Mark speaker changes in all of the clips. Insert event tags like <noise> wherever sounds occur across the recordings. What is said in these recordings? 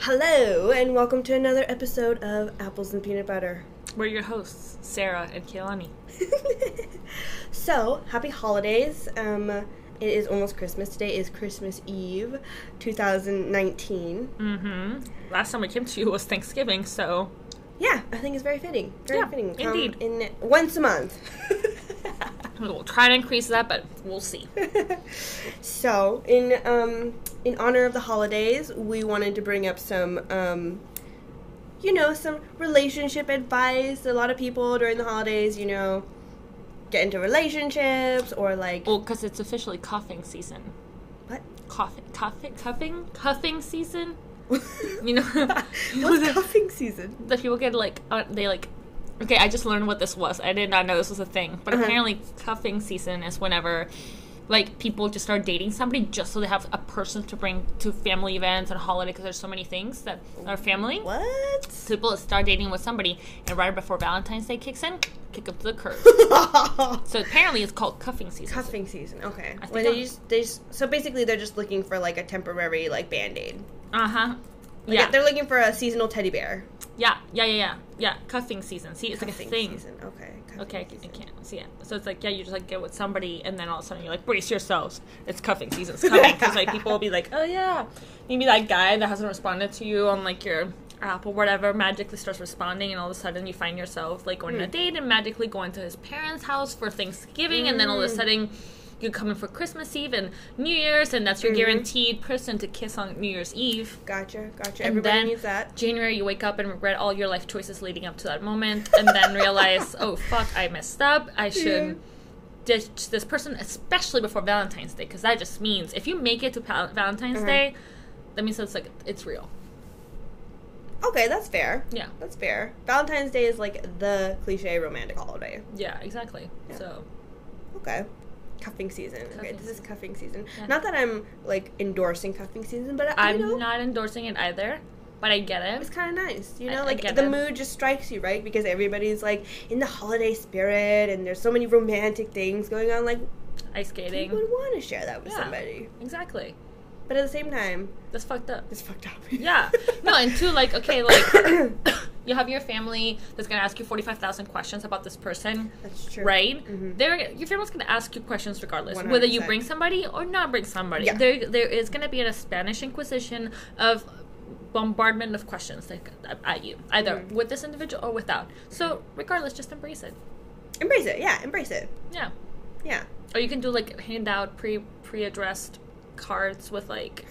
Speaker 1: Hello, and welcome to another episode of Apples and Peanut Butter.
Speaker 2: We're your hosts, Sarah and Kehlani.
Speaker 1: so, happy holidays. Um, it is almost Christmas. Today is Christmas Eve, 2019.
Speaker 2: Mm-hmm. Last time we came to you was Thanksgiving, so
Speaker 1: Yeah, I think it's very fitting. Very
Speaker 2: Yeah,
Speaker 1: fitting. Come
Speaker 2: indeed.
Speaker 1: In once a
Speaker 2: <laughs>
Speaker 1: month. <laughs>
Speaker 2: we'll try to increase that, but we'll see.
Speaker 1: <laughs> so, in um, in honor of the holidays, we wanted to bring up some, um, you know, some relationship advice. A lot of people during the holidays, you know, get into relationships or like
Speaker 2: Well, because it's officially coughing season.
Speaker 1: what?
Speaker 2: Coughing, coughing, cuffing, cuffing season. <laughs>
Speaker 1: <laughs>
Speaker 2: You know, <laughs> you know
Speaker 1: What's
Speaker 2: the,
Speaker 1: cuffing season?
Speaker 2: the people get like uh, they like. Okay, I just learned what this was. I did not know this was a thing, but
Speaker 1: Uh-huh.
Speaker 2: apparently, cuffing season is whenever. Like people just start dating somebody just so they have a person to bring to family events and holiday because there's so many things that are family.
Speaker 1: What?
Speaker 2: <laughs> people start dating with somebody, and right before Valentine's Day kicks in, kick up to the curb. so apparently, it's called cuffing season.
Speaker 1: cuffing season. Okay.
Speaker 2: think
Speaker 1: Well, they
Speaker 2: I'm-
Speaker 1: just, they just, so basically they're just looking for like a temporary like band aid.
Speaker 2: Uh huh. Yeah.
Speaker 1: They're looking for a seasonal teddy bear.
Speaker 2: yeah, yeah, yeah, yeah, yeah. Cuffing season. See, it's like a thing.
Speaker 1: season. Okay. cuffing
Speaker 2: Okay, I, c- I
Speaker 1: season.
Speaker 2: can't see it. So it's like, yeah, you just like get with somebody, and then all of a sudden you're like, brace yourselves. It's cuffing season. It's coming because like people will be like, oh yeah, maybe that guy that hasn't responded to you on like your app or whatever magically starts responding, and all of a sudden you find yourself like going on a date and magically going to his parents' house for Thanksgiving, and then all of a sudden. You're coming for Christmas Eve and New Year's, and that's your guaranteed person to kiss on New Year's Eve.
Speaker 1: Gotcha. Gotcha.
Speaker 2: And
Speaker 1: Everybody
Speaker 2: then-
Speaker 1: needs that.
Speaker 2: January, you wake up and regret all your life choices leading up to that moment,
Speaker 1: <laughs>
Speaker 2: and then realize, oh fuck, I messed up. I should ditch this person, especially before Valentine's Day, because that just means if you make it to Pal- Valentine's
Speaker 1: Uh-huh.
Speaker 2: Day, that means it's like it's real.
Speaker 1: Okay, that's fair.
Speaker 2: Yeah,
Speaker 1: That's fair. Valentine's Day is like the cliche romantic holiday.
Speaker 2: yeah, exactly.
Speaker 1: Yeah.
Speaker 2: So
Speaker 1: Okay. Cuffing season. okay,
Speaker 2: Cuffing
Speaker 1: this is cuffing season.
Speaker 2: Yeah.
Speaker 1: Not that I'm like endorsing cuffing season, but I, you
Speaker 2: I'm
Speaker 1: know,
Speaker 2: not endorsing it either, but I get
Speaker 1: it's
Speaker 2: it.
Speaker 1: kind of nice, you
Speaker 2: I-
Speaker 1: know.
Speaker 2: I
Speaker 1: like
Speaker 2: get
Speaker 1: the
Speaker 2: it.
Speaker 1: mood just strikes you, right? Because everybody's like in the holiday spirit, and there's so many romantic things going on. Like
Speaker 2: Ice
Speaker 1: you
Speaker 2: skating,
Speaker 1: would want to share that with
Speaker 2: Yeah.
Speaker 1: somebody,
Speaker 2: exactly.
Speaker 1: but at the same time,
Speaker 2: That's fucked
Speaker 1: <laughs>
Speaker 2: up.
Speaker 1: it's fucked up.
Speaker 2: Yeah. No, and two, like, <coughs> okay, like, you have your family that's gonna ask you forty-five thousand questions about this person.
Speaker 1: <coughs> that's true,
Speaker 2: right?
Speaker 1: Mhm.
Speaker 2: They're, your family's going to ask you questions regardless, whether you
Speaker 1: 100%.
Speaker 2: bring somebody or not bring somebody.
Speaker 1: Yeah.
Speaker 2: There, there is going to be a Spanish Inquisition of bombardment of questions like, at you, either
Speaker 1: Mhm.
Speaker 2: with this individual or without. So, regardless, just embrace it.
Speaker 1: Embrace it, yeah, embrace it,
Speaker 2: Yeah.
Speaker 1: yeah.
Speaker 2: Or you can do like handout pre pre addressed cards with like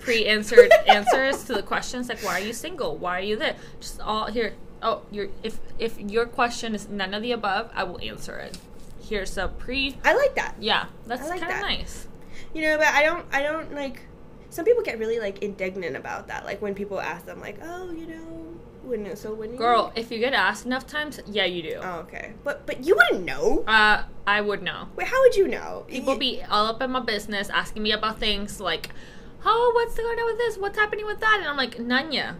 Speaker 2: pre
Speaker 1: <laughs>
Speaker 2: answered answers to the questions like why are you single why are you there just all here oh your if if your question is none of the above i will answer it here's a pre
Speaker 1: I like that.
Speaker 2: Yeah, that's
Speaker 1: I like
Speaker 2: kind
Speaker 1: that.
Speaker 2: of nice.
Speaker 1: You know, but I don't, I don't like. Some people get really like indignant about that, like when people ask them, like, "Oh, you know, when so when you
Speaker 2: Girl, if you get asked enough times, yeah, you do.
Speaker 1: Oh, okay, but but you wouldn't know.
Speaker 2: Uh, I would know.
Speaker 1: Wait, how would you know?
Speaker 2: People
Speaker 1: You-
Speaker 2: be all up in my business, asking me about things like, "Oh, what's going on with this? What's happening with that?" And I'm like, "Nanya."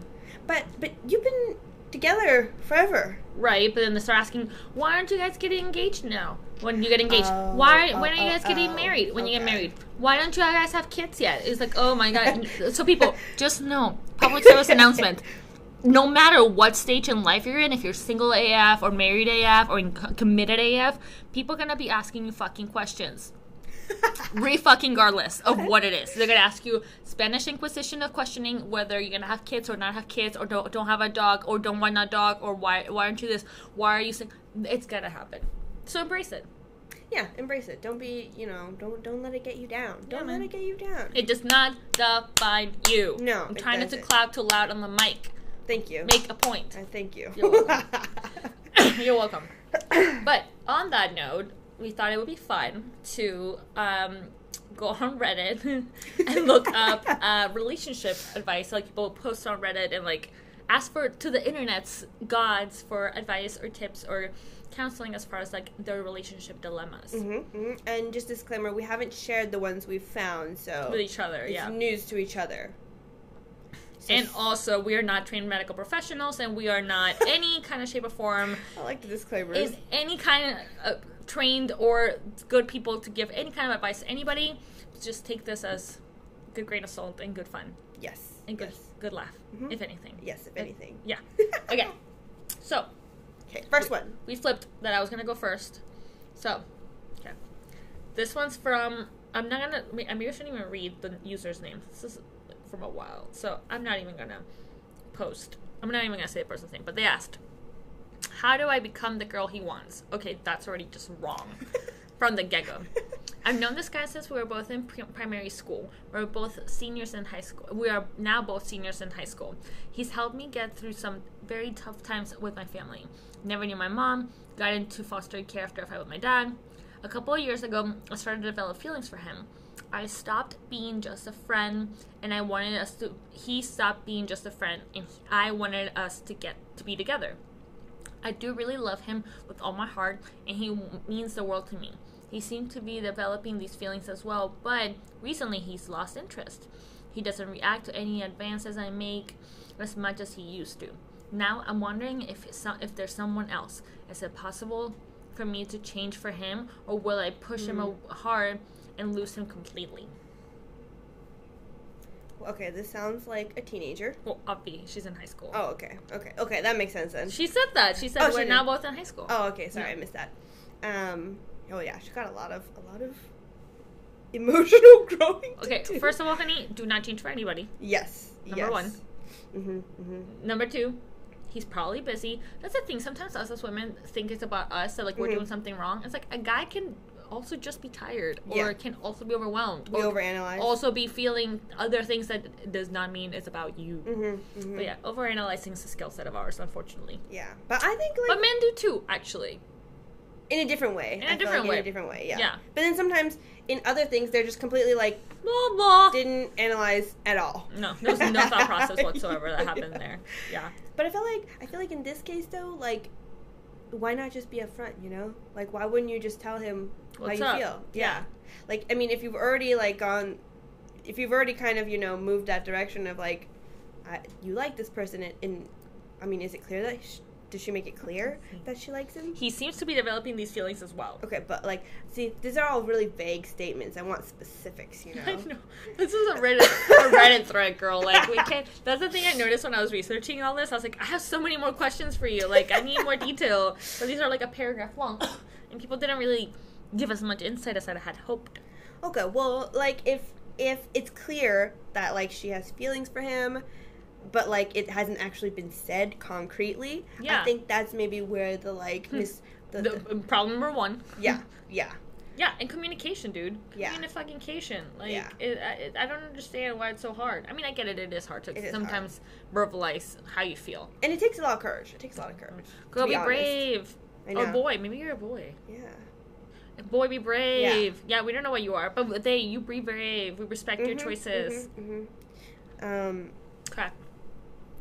Speaker 1: But but you've been together forever. <laughs>
Speaker 2: Right, but then they start asking, "Why aren't you guys getting engaged now? When you get engaged?
Speaker 1: Oh,
Speaker 2: Why?
Speaker 1: oh,
Speaker 2: when are you
Speaker 1: oh,
Speaker 2: guys getting
Speaker 1: oh,
Speaker 2: married? When you get
Speaker 1: okay.
Speaker 2: married? Why don't you guys have kids yet?" It's like, "Oh
Speaker 1: <laughs>
Speaker 2: my god!" so people, just know, public service announcement. No matter what stage in life you're in, if you're single AF or married AF or in co- committed AF, people gonna be asking you fucking questions. Re fucking regardless of what it is. They're gonna ask you Spanish Inquisition of questioning whether you're gonna have kids or not have kids or don't don't have a dog or don't want a dog or why why aren't you this? Why are you saying it's gonna happen. So embrace it.
Speaker 1: yeah, embrace it. Don't be, you know, don't don't let it get you down. Don't let
Speaker 2: man.
Speaker 1: it get you down.
Speaker 2: It does not define you.
Speaker 1: No,
Speaker 2: I'm
Speaker 1: it
Speaker 2: trying not to
Speaker 1: doesn't.
Speaker 2: clap too loud on the mic.
Speaker 1: Thank you.
Speaker 2: Make a point.
Speaker 1: I thank you.
Speaker 2: You're <coughs> You're welcome.
Speaker 1: <laughs>
Speaker 2: <coughs> But on that note, we thought it would be fun to um, go on Reddit and look up uh, relationship advice. Like people post on Reddit and like ask for to the internet's gods for advice or tips or counseling as far as like their relationship dilemmas
Speaker 1: Mhm, mhm. And just disclaimer, we haven't shared the ones we've found, so
Speaker 2: with each other.
Speaker 1: it's
Speaker 2: yeah.
Speaker 1: news to each other. So
Speaker 2: And also, we are not trained medical professionals, and we are not any kind of shape or form
Speaker 1: I like the disclaimers.
Speaker 2: is any kind of uh, trained or good people to give any kind of advice to anybody, just take this as good grain of salt and good fun.
Speaker 1: Yes.
Speaker 2: and good
Speaker 1: Yes.
Speaker 2: good laugh,
Speaker 1: Mhm.
Speaker 2: if anything.
Speaker 1: Yes, if
Speaker 2: Like,
Speaker 1: anything.
Speaker 2: Yeah. <laughs> Okay. So
Speaker 1: Okay, first one. <laughs>
Speaker 2: we flipped that I was gonna go first. So, okay. This one's from I'm not gonna I mean, maybe I shouldn't even read the user's name. This is from a while, so I'm not even gonna post. I'm not even gonna say the person's name, but they asked, "How do I become the girl he wants?" Okay, that's already just wrong from the get-go. I've known this guy since we were both in pri- primary school. We are both seniors in high school. We are now both seniors in high school. He's helped me get through some very tough times with my family. Never knew my mom. Got into foster care after a fight with my dad. A couple of years ago, I started to develop feelings for him. I stopped being just a friend, and I wanted us to. He stopped being just a friend, and he- I wanted us to get to be together. I do really love him with all my heart, and he w- means the world to me. He seemed to be developing these feelings as well, but recently he's lost interest. He doesn't react to any advances I make as much as he used to. Now I'm wondering if it's so- if there's someone else. Is it possible for me to change for him, or will I push him
Speaker 1: Hmm.
Speaker 2: him hard and lose him completely?
Speaker 1: Okay, this sounds like a teenager.
Speaker 2: Well, obvi, she's in high school.
Speaker 1: Oh, okay, okay, okay. That makes sense then.
Speaker 2: She said that. She said
Speaker 1: Oh, she
Speaker 2: we're
Speaker 1: did.
Speaker 2: now both in high school.
Speaker 1: oh, okay. Sorry,
Speaker 2: Yeah.
Speaker 1: I missed that. Um. Oh yeah, she got a lot of a lot of <laughs> emotional growing. to <laughs>
Speaker 2: Okay,
Speaker 1: do.
Speaker 2: first of all, honey, do not change for anybody.
Speaker 1: Yes.
Speaker 2: Number one.
Speaker 1: Mm-hmm, mm-hmm.
Speaker 2: Number two, he's probably busy. That's the thing. Sometimes us as women think it's about us, that like we're
Speaker 1: Mhm.
Speaker 2: doing something wrong. It's like a guy can also just be tired, or
Speaker 1: Yeah.
Speaker 2: can also be overwhelmed,
Speaker 1: We
Speaker 2: or
Speaker 1: overanalyze.
Speaker 2: also be feeling other things that does not mean it's about you.
Speaker 1: Mm-hmm, mm-hmm.
Speaker 2: But yeah, overanalyzing is a skill set of ours, unfortunately.
Speaker 1: Yeah, but I think like
Speaker 2: But men do too, actually.
Speaker 1: in a different way.
Speaker 2: In a
Speaker 1: I feel
Speaker 2: different
Speaker 1: like
Speaker 2: way.
Speaker 1: In a different way. Yeah.
Speaker 2: Yeah.
Speaker 1: But then sometimes in other things they're just completely like
Speaker 2: Blah blah.
Speaker 1: didn't analyze at all.
Speaker 2: no, there was no thought
Speaker 1: <laughs>
Speaker 2: process whatsoever that happened
Speaker 1: Yeah.
Speaker 2: there. Yeah.
Speaker 1: But I feel like I feel like in this case though, like why not just be upfront, you know? Like why wouldn't you just tell him
Speaker 2: What's
Speaker 1: how you
Speaker 2: up?
Speaker 1: feel? Yeah. Like I mean if you've already like gone if you've already kind of, you know, moved that direction of like I, you like this person and, and I mean is it clear that sh does she make it clear that she likes him?
Speaker 2: He seems to be developing these feelings as well.
Speaker 1: Okay, but like see these are all really vague statements. I want specifics,
Speaker 2: <laughs>
Speaker 1: you know.
Speaker 2: I know. This is a Reddit, a Reddit thread, girl. Like we can't. That's the thing I noticed when I was researching all this. I was like, I have so many more questions for you. Like I need more detail. But these are like a paragraph long, and people didn't really give as much insight as I had hoped.
Speaker 1: Okay, well, like if if it's clear that like she has feelings for him, but like it hasn't actually been said concretely, I
Speaker 2: Yeah. Hmm.
Speaker 1: think that's maybe where the like mis- the,
Speaker 2: <laughs> The, um, problem number one.
Speaker 1: yeah yeah
Speaker 2: Yeah, and communication, dude.
Speaker 1: Yeah.
Speaker 2: Communication. Like
Speaker 1: Yeah.
Speaker 2: it, I, it, I don't understand why it's so hard. I mean, I get it. It is hard to
Speaker 1: It is hard.
Speaker 2: sometimes verbalize how you feel.
Speaker 1: and it takes a lot of courage. It takes a lot of courage.
Speaker 2: Go
Speaker 1: to
Speaker 2: be,
Speaker 1: honest.
Speaker 2: brave.
Speaker 1: I
Speaker 2: Or
Speaker 1: know.
Speaker 2: boy, maybe you're a boy.
Speaker 1: Yeah.
Speaker 2: Boy, be brave. Yeah. we don't know what you are, but they, you be brave. We respect your
Speaker 1: Mhm,
Speaker 2: choices.
Speaker 1: mhm, mhm. Um.
Speaker 2: Crap.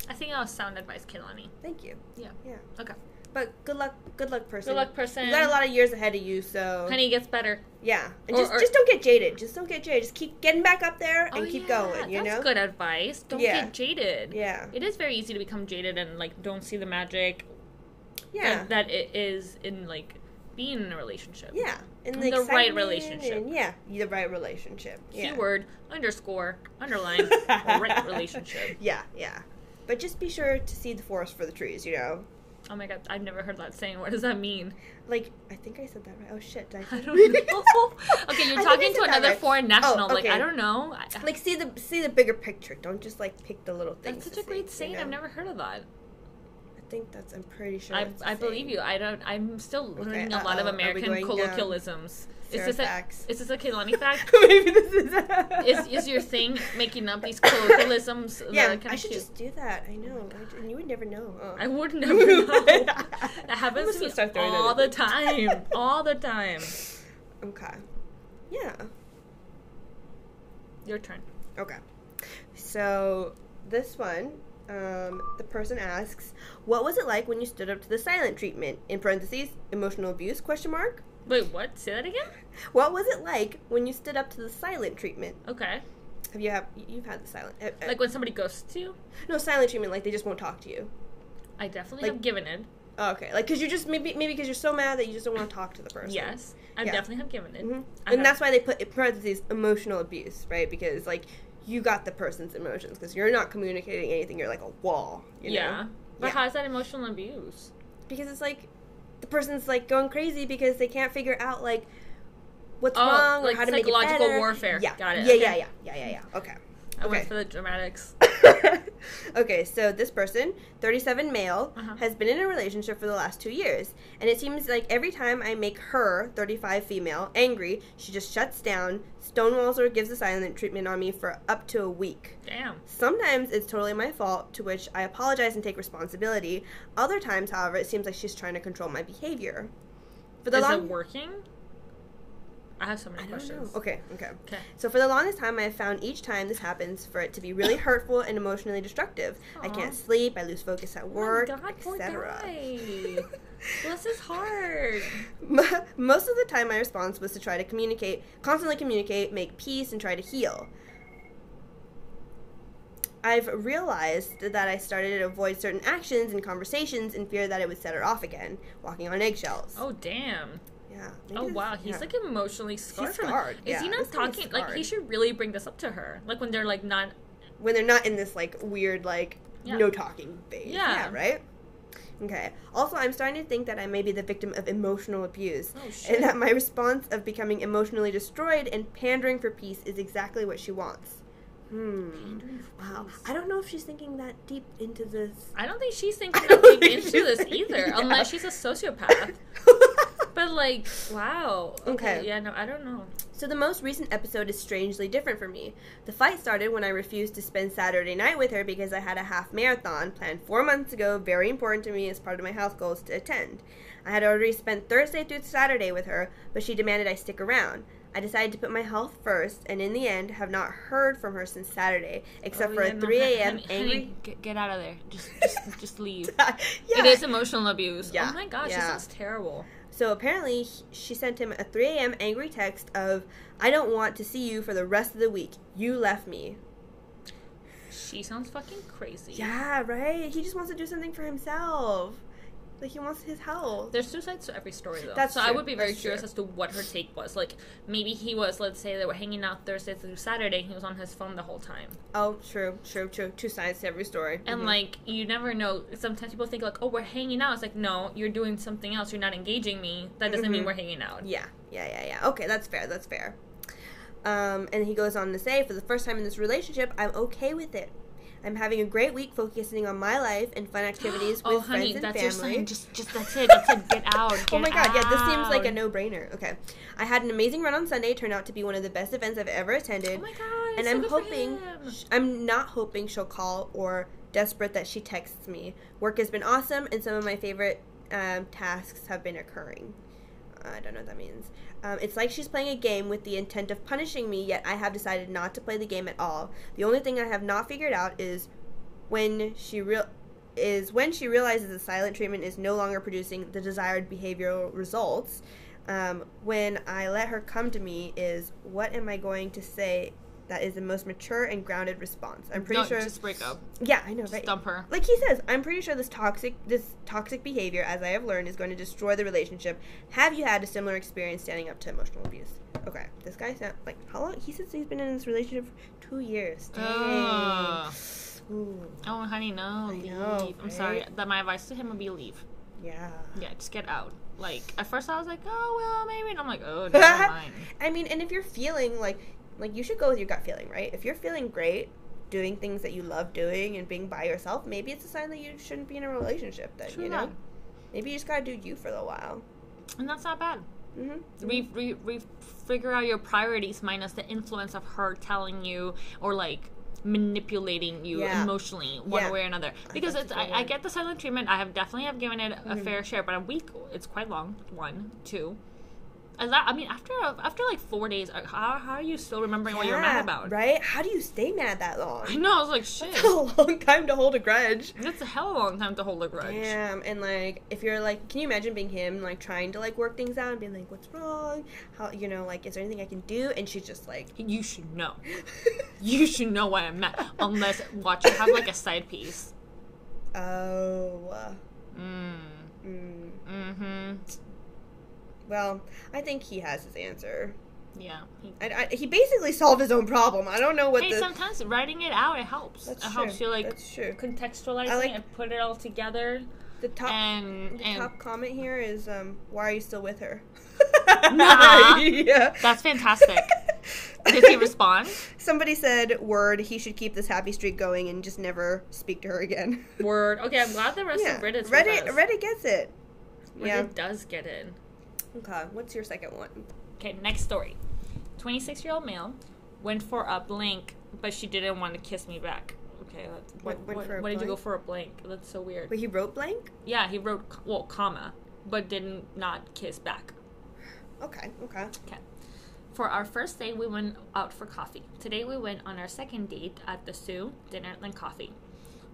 Speaker 2: I think that was sound advice, Kilani.
Speaker 1: Thank you.
Speaker 2: Yeah.
Speaker 1: Yeah.
Speaker 2: Okay.
Speaker 1: But good luck. Good luck, person.
Speaker 2: Good luck, person.
Speaker 1: You got a lot of years ahead of you, so
Speaker 2: Honey it gets better.
Speaker 1: yeah. And
Speaker 2: Or-
Speaker 1: just
Speaker 2: or-
Speaker 1: just don't get jaded. Just don't get jaded. Just keep getting back up there and
Speaker 2: Oh,
Speaker 1: keep
Speaker 2: yeah,
Speaker 1: going. You
Speaker 2: that's
Speaker 1: know.
Speaker 2: good advice. Don't
Speaker 1: Yeah.
Speaker 2: get jaded.
Speaker 1: Yeah.
Speaker 2: It is very easy to become jaded and like don't see the magic
Speaker 1: Yeah.
Speaker 2: that, that it is in like being in a relationship.
Speaker 1: Yeah, in
Speaker 2: The right
Speaker 1: excitement
Speaker 2: relationship.
Speaker 1: and- yeah, the right relationship. Yeah. <laughs>
Speaker 2: Keyword underscore underline right relationship.
Speaker 1: <laughs> Yeah, yeah. But just be sure to see the forest for the trees. You know,
Speaker 2: Oh my god, I've never heard that saying. What does that mean?
Speaker 1: like I think I said that right. Oh shit, did I? say
Speaker 2: <laughs> I
Speaker 1: it
Speaker 2: don't
Speaker 1: right? <laughs>
Speaker 2: know. okay,
Speaker 1: I think I
Speaker 2: you're talking to
Speaker 1: said that
Speaker 2: another
Speaker 1: right.
Speaker 2: foreign national.
Speaker 1: Oh,
Speaker 2: Like
Speaker 1: okay.
Speaker 2: I don't know. I-
Speaker 1: Like see the see the bigger picture. Don't just like pick the little things.
Speaker 2: That's such
Speaker 1: to
Speaker 2: a great
Speaker 1: see,
Speaker 2: saying.
Speaker 1: you
Speaker 2: I've
Speaker 1: know?
Speaker 2: never heard of that.
Speaker 1: I think that's. I'm pretty sure.
Speaker 2: I,
Speaker 1: that's a
Speaker 2: I believe
Speaker 1: saying.
Speaker 2: you. I don't. I'm still learning a lot
Speaker 1: uh-oh.
Speaker 2: of
Speaker 1: uh, Are we going
Speaker 2: American
Speaker 1: down?
Speaker 2: colloquialisms. Is
Speaker 1: Sarah
Speaker 2: this a
Speaker 1: facts.
Speaker 2: is this
Speaker 1: <laughs>
Speaker 2: a Kehlani fact?
Speaker 1: Maybe this is.
Speaker 2: is is
Speaker 1: <laughs>
Speaker 2: your thing making up these colloquialisms? that
Speaker 1: Yeah,
Speaker 2: are kinda
Speaker 1: I should
Speaker 2: cute? Oh
Speaker 1: just do that. I know, I- and you would never know. Oh. <laughs>
Speaker 2: I would never know. that
Speaker 1: I'm
Speaker 2: happens
Speaker 1: just gonna
Speaker 2: to me
Speaker 1: start throwing that
Speaker 2: all
Speaker 1: in
Speaker 2: the
Speaker 1: there. <laughs>
Speaker 2: time. All the time.
Speaker 1: Okay. Yeah.
Speaker 2: Your turn.
Speaker 1: Okay. So this one, um, the person asks, "What was it like when you stood up to the silent treatment?" In parentheses, emotional abuse? Question mark.
Speaker 2: Wait, what? Say that again?
Speaker 1: What was it like when you stood up to the silent treatment?
Speaker 2: Okay.
Speaker 1: Have you have you've had the silent? Uh, uh,
Speaker 2: Like when somebody ghosts you,
Speaker 1: no silent treatment. Like they just won't talk to you.
Speaker 2: I definitely
Speaker 1: Like-
Speaker 2: have given it.
Speaker 1: Oh, okay. Like because you just maybe maybe because you're so mad that you just don't want to talk to the person.
Speaker 2: Yes, I
Speaker 1: Yeah.
Speaker 2: definitely have given it.
Speaker 1: hmm
Speaker 2: I
Speaker 1: And
Speaker 2: have-
Speaker 1: that's why they put in parentheses emotional abuse, right? Because like you got the person's emotions because you're not communicating anything. You're like a wall. You
Speaker 2: yeah.
Speaker 1: Know?
Speaker 2: But
Speaker 1: Yeah.
Speaker 2: how's that emotional abuse?
Speaker 1: Because it's like the person's like going crazy because they can't figure out like what's
Speaker 2: Oh,
Speaker 1: wrong
Speaker 2: like
Speaker 1: or how to make it
Speaker 2: psychological
Speaker 1: better.
Speaker 2: warfare.
Speaker 1: Yeah.
Speaker 2: Got it.
Speaker 1: Yeah,
Speaker 2: Okay.
Speaker 1: yeah, yeah, yeah, yeah, yeah. Okay.
Speaker 2: I went
Speaker 1: Okay.
Speaker 2: for the dramatics.
Speaker 1: <laughs> okay, so this person, 37 male,
Speaker 2: Uh-huh.
Speaker 1: has been in a relationship for the last two years. And it seems like every time I make her, 35 female, angry, she just shuts down, stonewalls or gives a silent treatment on me for up to a week.
Speaker 2: Damn.
Speaker 1: Sometimes it's totally my fault, to which I apologize and take responsibility. Other times, however, it seems like she's trying to control my behavior. For the
Speaker 2: Is
Speaker 1: long
Speaker 2: it working? I have so many
Speaker 1: I don't know.
Speaker 2: questions.
Speaker 1: Okay, okay.
Speaker 2: Okay.
Speaker 1: So for the longest time, I have found each time this happens for it to be
Speaker 2: <gasps>
Speaker 1: really hurtful and emotionally destructive. I
Speaker 2: Aw. Oh
Speaker 1: can't sleep. I lose focus at work,
Speaker 2: God, poor
Speaker 1: etc. <laughs>
Speaker 2: guy. Bless his heart.
Speaker 1: Mo- Most of the time, my response was to try to communicate, constantly communicate, make peace, and try to heal. I've realized that I started to avoid certain actions and conversations in fear that it would set her off again, walking on eggshells.
Speaker 2: Oh damn.
Speaker 1: yeah.
Speaker 2: Oh wow, he's like emotionally scarred. from that.
Speaker 1: scarred,
Speaker 2: Is
Speaker 1: yeah.
Speaker 2: he not
Speaker 1: This thing is
Speaker 2: talking? Like he
Speaker 1: scarred. Oh,
Speaker 2: should really bring this up to her. Like when they're like not.
Speaker 1: when they're not in this like weird like
Speaker 2: Yeah.
Speaker 1: no talking phase.
Speaker 2: Yeah.
Speaker 1: Yeah. Right. Okay. Also, I'm starting to think that I may be the victim of emotional abuse,
Speaker 2: Oh shit.
Speaker 1: and that my response of becoming emotionally destroyed and pandering for peace is exactly what she wants. Hmm. <laughs> Wow. I don't know if she's thinking that deep into this.
Speaker 2: I don't think she's
Speaker 1: I
Speaker 2: thinking
Speaker 1: don't
Speaker 2: that deep
Speaker 1: think
Speaker 2: into
Speaker 1: she's
Speaker 2: this
Speaker 1: thinking
Speaker 2: either,
Speaker 1: that.
Speaker 2: unless she's a sociopath. <laughs> But like, wow. Okay.
Speaker 1: Okay.
Speaker 2: Yeah. No, I don't know.
Speaker 1: So the most recent episode is strangely different for me. The fight started when I refused to spend Saturday night with her because I had a half marathon planned four months ago, very important to me as part of my health goals to attend. I had already spent Thursday through Saturday with her, but she demanded I stick around. I decided to put my health first, and in the end, have not heard from her since Saturday, except
Speaker 2: Oh,
Speaker 1: for
Speaker 2: yeah,
Speaker 1: a
Speaker 2: no,
Speaker 1: 3
Speaker 2: honey-
Speaker 1: a.m.
Speaker 2: honey- honey,
Speaker 1: angry.
Speaker 2: Get, get out of there. Just,
Speaker 1: <laughs>
Speaker 2: just, just leave.
Speaker 1: Yeah.
Speaker 2: It is emotional abuse.
Speaker 1: Yeah,
Speaker 2: Oh my gosh,
Speaker 1: yeah.
Speaker 2: this sounds terrible.
Speaker 1: So apparently, he- she sent him a 3 a.m. angry text of, I don't want to see you for the rest of the week. You left me.
Speaker 2: She sounds fucking crazy.
Speaker 1: Yeah, right. He just wants to do something for himself. Like he wants his health.
Speaker 2: There's two sides to every story, though.
Speaker 1: That's
Speaker 2: so I
Speaker 1: true.
Speaker 2: would be very
Speaker 1: That's
Speaker 2: curious
Speaker 1: true.
Speaker 2: as to what her take was. Like, maybe he was, let's say, they were hanging out Thursday through Saturday, and he was on his phone the whole time.
Speaker 1: Oh, true, true, true. Two sides to every story.
Speaker 2: And
Speaker 1: Mhm.
Speaker 2: like, you never know. Sometimes people think like, oh, we're hanging out. It's like, no, you're doing something else. You're not engaging me. That doesn't mean
Speaker 1: Mhm.
Speaker 2: we're hanging out.
Speaker 1: yeah, yeah, yeah, yeah. Okay, that's fair. That's fair. Um, and he goes on to say, for the first time in this relationship, I'm okay with it. I'm having a great week focusing on my life and fun activities with
Speaker 2: <gasps> oh, honey,
Speaker 1: friends and
Speaker 2: that's
Speaker 1: family.
Speaker 2: your sign. Just, just that's it. That's it.
Speaker 1: <laughs>
Speaker 2: Get out.
Speaker 1: oh my
Speaker 2: Get
Speaker 1: god, yeah, this seems like a
Speaker 2: out.
Speaker 1: no-brainer. Okay, I had an amazing run on Sunday. Turned out to be one of the best events I've ever attended.
Speaker 2: Oh my god.
Speaker 1: and
Speaker 2: so
Speaker 1: I'm
Speaker 2: good for
Speaker 1: hoping
Speaker 2: him.
Speaker 1: sh- I'm not hoping she'll call or desperate that she texts me. Work has been awesome, and some of my favorite um, tasks have been occurring. I don't know what that means. Um, it's like she's playing a game with the intent of punishing me, yet I have decided not to play the game at all. The only thing I have not figured out is when she real is when she realizes the silent treatment is no longer producing the desired behavioral results. Um, when I let her come to me, is what am I going to say that is the most mature and grounded response? I'm pretty
Speaker 2: no,
Speaker 1: sure.
Speaker 2: Just break up.
Speaker 1: yeah, I know,
Speaker 2: Just
Speaker 1: right?
Speaker 2: dump her.
Speaker 1: Like he says, I'm pretty sure this toxic this toxic behavior, as I have learned, is going to destroy the relationship. Have you had a similar experience standing up to emotional abuse? Okay, this guy sound like how long? He says he's been in this relationship for two years. Dang.
Speaker 2: Ugh.
Speaker 1: Ooh,
Speaker 2: Oh, honey, no,
Speaker 1: I
Speaker 2: leave.
Speaker 1: know,
Speaker 2: I'm sorry.
Speaker 1: right?
Speaker 2: That my advice to him would be leave.
Speaker 1: yeah.
Speaker 2: Yeah, just get out. Like at first, I was like, oh well, maybe, and I'm like,
Speaker 1: <laughs>
Speaker 2: oh, never mind.
Speaker 1: I mean, and if you're feeling like like you should go with your gut feeling, right? If you're feeling great, doing things that you love doing and being by yourself, maybe it's a sign that you shouldn't be in a relationship. Then
Speaker 2: True
Speaker 1: you know,
Speaker 2: that.
Speaker 1: maybe you just gotta do you for a little while.
Speaker 2: and that's not bad.
Speaker 1: Mm-hmm.
Speaker 2: Re, re, re, figure out your priorities minus the influence of her telling you or like manipulating you
Speaker 1: Yeah.
Speaker 2: emotionally one
Speaker 1: Yeah.
Speaker 2: way or another. Because
Speaker 1: that's
Speaker 2: it's,
Speaker 1: a good Mm-hmm.
Speaker 2: I, I
Speaker 1: one.
Speaker 2: get the silent treatment. I have definitely have given it a fair share, but a week it's quite long. One, two. I, la- I mean, after after like four days, uh, how, how are you still remembering what you're mad about?
Speaker 1: Mm-hmm.
Speaker 2: <laughs>
Speaker 1: right? How do you stay mad that <laughs>
Speaker 2: I
Speaker 1: long?
Speaker 2: know. I was like, shit.
Speaker 1: That's a long time to hold a grudge.
Speaker 2: That's a hell of a long time to hold a grudge.
Speaker 1: Damn, and like, if you're like, can you imagine being him, like, trying to like work things out and being like, what's wrong? How, you know, like, is there anything I can do? And she's just like, <laughs>
Speaker 2: You should know. <laughs> You should know why I'm mad. Unless, watch, you have like a side piece.
Speaker 1: oh. uh,
Speaker 2: Mm.
Speaker 1: Mm.
Speaker 2: Mm-hmm.
Speaker 1: Well, I think he has his answer.
Speaker 2: Yeah. He-
Speaker 1: I, I, he basically solved his own problem. I don't know what
Speaker 2: hey,
Speaker 1: the.
Speaker 2: sometimes writing it out it helps.
Speaker 1: That's
Speaker 2: it
Speaker 1: true.
Speaker 2: helps you like
Speaker 1: That's true.
Speaker 2: contextualize
Speaker 1: I like-
Speaker 2: it and put it all together.
Speaker 1: The top
Speaker 2: and
Speaker 1: the
Speaker 2: and <laughs>
Speaker 1: top comment here is, um, "Why are you still with her?" <laughs>
Speaker 2: Nah.
Speaker 1: yeah,
Speaker 2: that's fantastic. Did he respond?
Speaker 1: <laughs> Somebody said, "Word, he should keep this happy streak going and just never speak to her
Speaker 2: <laughs>
Speaker 1: again."
Speaker 2: Word. Okay, I'm glad the rest
Speaker 1: yeah,
Speaker 2: of Reddit's with
Speaker 1: Reddit,
Speaker 2: us.
Speaker 1: Reddit gets it.
Speaker 2: Reddit
Speaker 1: yeah.
Speaker 2: does get in.
Speaker 1: Okay, what's your second one?
Speaker 2: Okay, next story. 26 year old male went for a blank, but she didn't want to kiss me back. Okay, that's, what,
Speaker 1: Went-
Speaker 2: what,
Speaker 1: went for a
Speaker 2: why did you go
Speaker 1: blank?
Speaker 2: for a blank? That's so weird.
Speaker 1: Wait, he wrote blank.
Speaker 2: Yeah, he wrote, c- well, comma, but didn't not kiss back.
Speaker 1: Okay, okay.
Speaker 2: Okay. For our first date, we went out for coffee. Today, we went on our second date at the zoo, dinner, and coffee.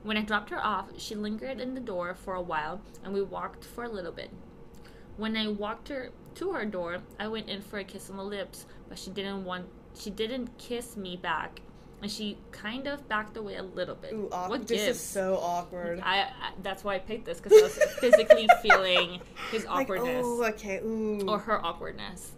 Speaker 2: When I dropped her off, she lingered in the door for a while and we walked for a little bit. When I walked her to her door, I went in for a kiss on the lips, but she didn't want she didn't kiss me back and she kind of backed away a little bit.
Speaker 1: Ooh, awkward.
Speaker 2: what
Speaker 1: this
Speaker 2: gives?
Speaker 1: is so awkward.
Speaker 2: I, I that's why I picked this cuz I
Speaker 1: <laughs>
Speaker 2: was physically feeling his
Speaker 1: Like,
Speaker 2: awkwardness
Speaker 1: oh, okay. Ooh.
Speaker 2: or her awkwardness.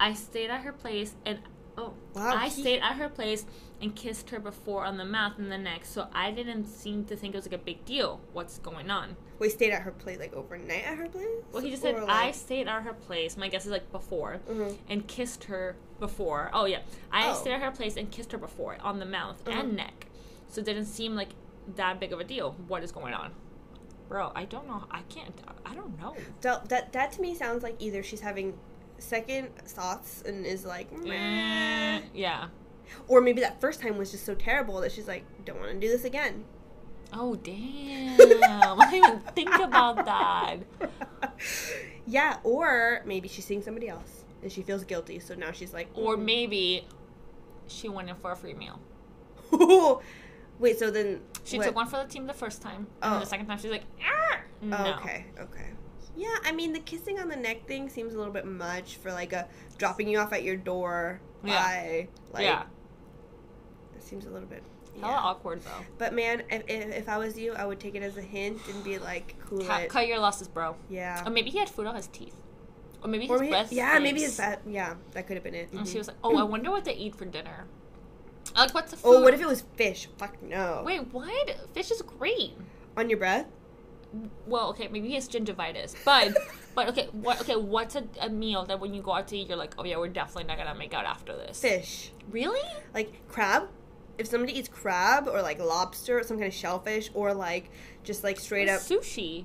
Speaker 2: I stayed at her place and oh,
Speaker 1: Wow,
Speaker 2: I
Speaker 1: he-
Speaker 2: stayed at her place and kissed her before on the mouth and the neck, so I didn't seem to think it was like a big deal. What's going on?
Speaker 1: we stayed at her place like overnight at her place.
Speaker 2: Well, he just
Speaker 1: Or,
Speaker 2: said
Speaker 1: like-
Speaker 2: I stayed at her place. My guess is like before
Speaker 1: Mhm.
Speaker 2: and kissed her before. Oh yeah, I
Speaker 1: Oh.
Speaker 2: stayed at her place and kissed her before on the mouth
Speaker 1: Mhm.
Speaker 2: and neck, so it didn't seem like that big of a deal. What is going on? Bro, I don't know. I can't. I don't know.
Speaker 1: That, that that to me sounds like either she's having second thoughts and is like, meh,
Speaker 2: Eh, yeah.
Speaker 1: or maybe that first time was just so terrible that she's like, don't want to do this again.
Speaker 2: Oh damn! <laughs> I didn't even
Speaker 1: <laughs>
Speaker 2: think about that.
Speaker 1: yeah, or maybe she's seeing somebody else and she feels guilty, so now she's like, "Mm-hmm."
Speaker 2: Or maybe she went in for a free meal.
Speaker 1: maybe. <laughs> Wait, so then
Speaker 2: She
Speaker 1: what-
Speaker 2: took one for the team the first time, and
Speaker 1: Oh.
Speaker 2: then the second time she's like, "Arr!" no.
Speaker 1: Oh, okay, okay. Yeah, I mean the kissing on the neck thing seems a little bit much for like a dropping you off at your door.
Speaker 2: Yeah.
Speaker 1: Bye. Like,
Speaker 2: yeah,
Speaker 1: It seems a little bit.
Speaker 2: hella
Speaker 1: yeah.
Speaker 2: awkward though.
Speaker 1: But man, if, if, if I was you, I would take it as a hint and be like, cool
Speaker 2: Cut,
Speaker 1: it.
Speaker 2: cut your losses, bro.
Speaker 1: Yeah.
Speaker 2: Or maybe he had food on his teeth, or maybe
Speaker 1: Or
Speaker 2: um, his
Speaker 1: maybe-
Speaker 2: breath.
Speaker 1: yeah, maybe his
Speaker 2: stinks.
Speaker 1: bad. Yeah, that could have been it.
Speaker 2: And she
Speaker 1: Mhm.
Speaker 2: was like, "Oh, I wonder what they eat for dinner. Like, what's the food?
Speaker 1: oh, what if it was fish? Fuck no.
Speaker 2: Wait, what? Fish is great.
Speaker 1: On your breath?
Speaker 2: Well, okay, maybe he has gingivitis,
Speaker 1: <laughs>
Speaker 2: but." But okay, what okay? What's a, a meal that when you go out to eat, you're like, oh yeah, we're definitely not gonna make out after this.
Speaker 1: Fish.
Speaker 2: Really?
Speaker 1: Like crab? If somebody eats crab or like lobster or some kind of shellfish or like just like straight up
Speaker 2: Sushi.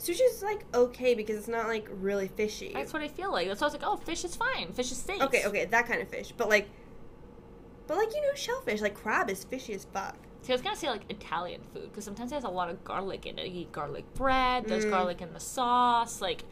Speaker 1: sushi's like okay because it's not like really fishy.
Speaker 2: That's what I feel like. That's why I was like, oh, fish is fine. Fish is safe.
Speaker 1: Okay, okay, that kind of fish. But like but like you know shellfish, like crab is fishy as fuck.
Speaker 2: So I was gonna say like Italian food because sometimes it has a lot of garlic in it. You eat garlic bread. There's
Speaker 1: Mm.
Speaker 2: garlic in the sauce. Like,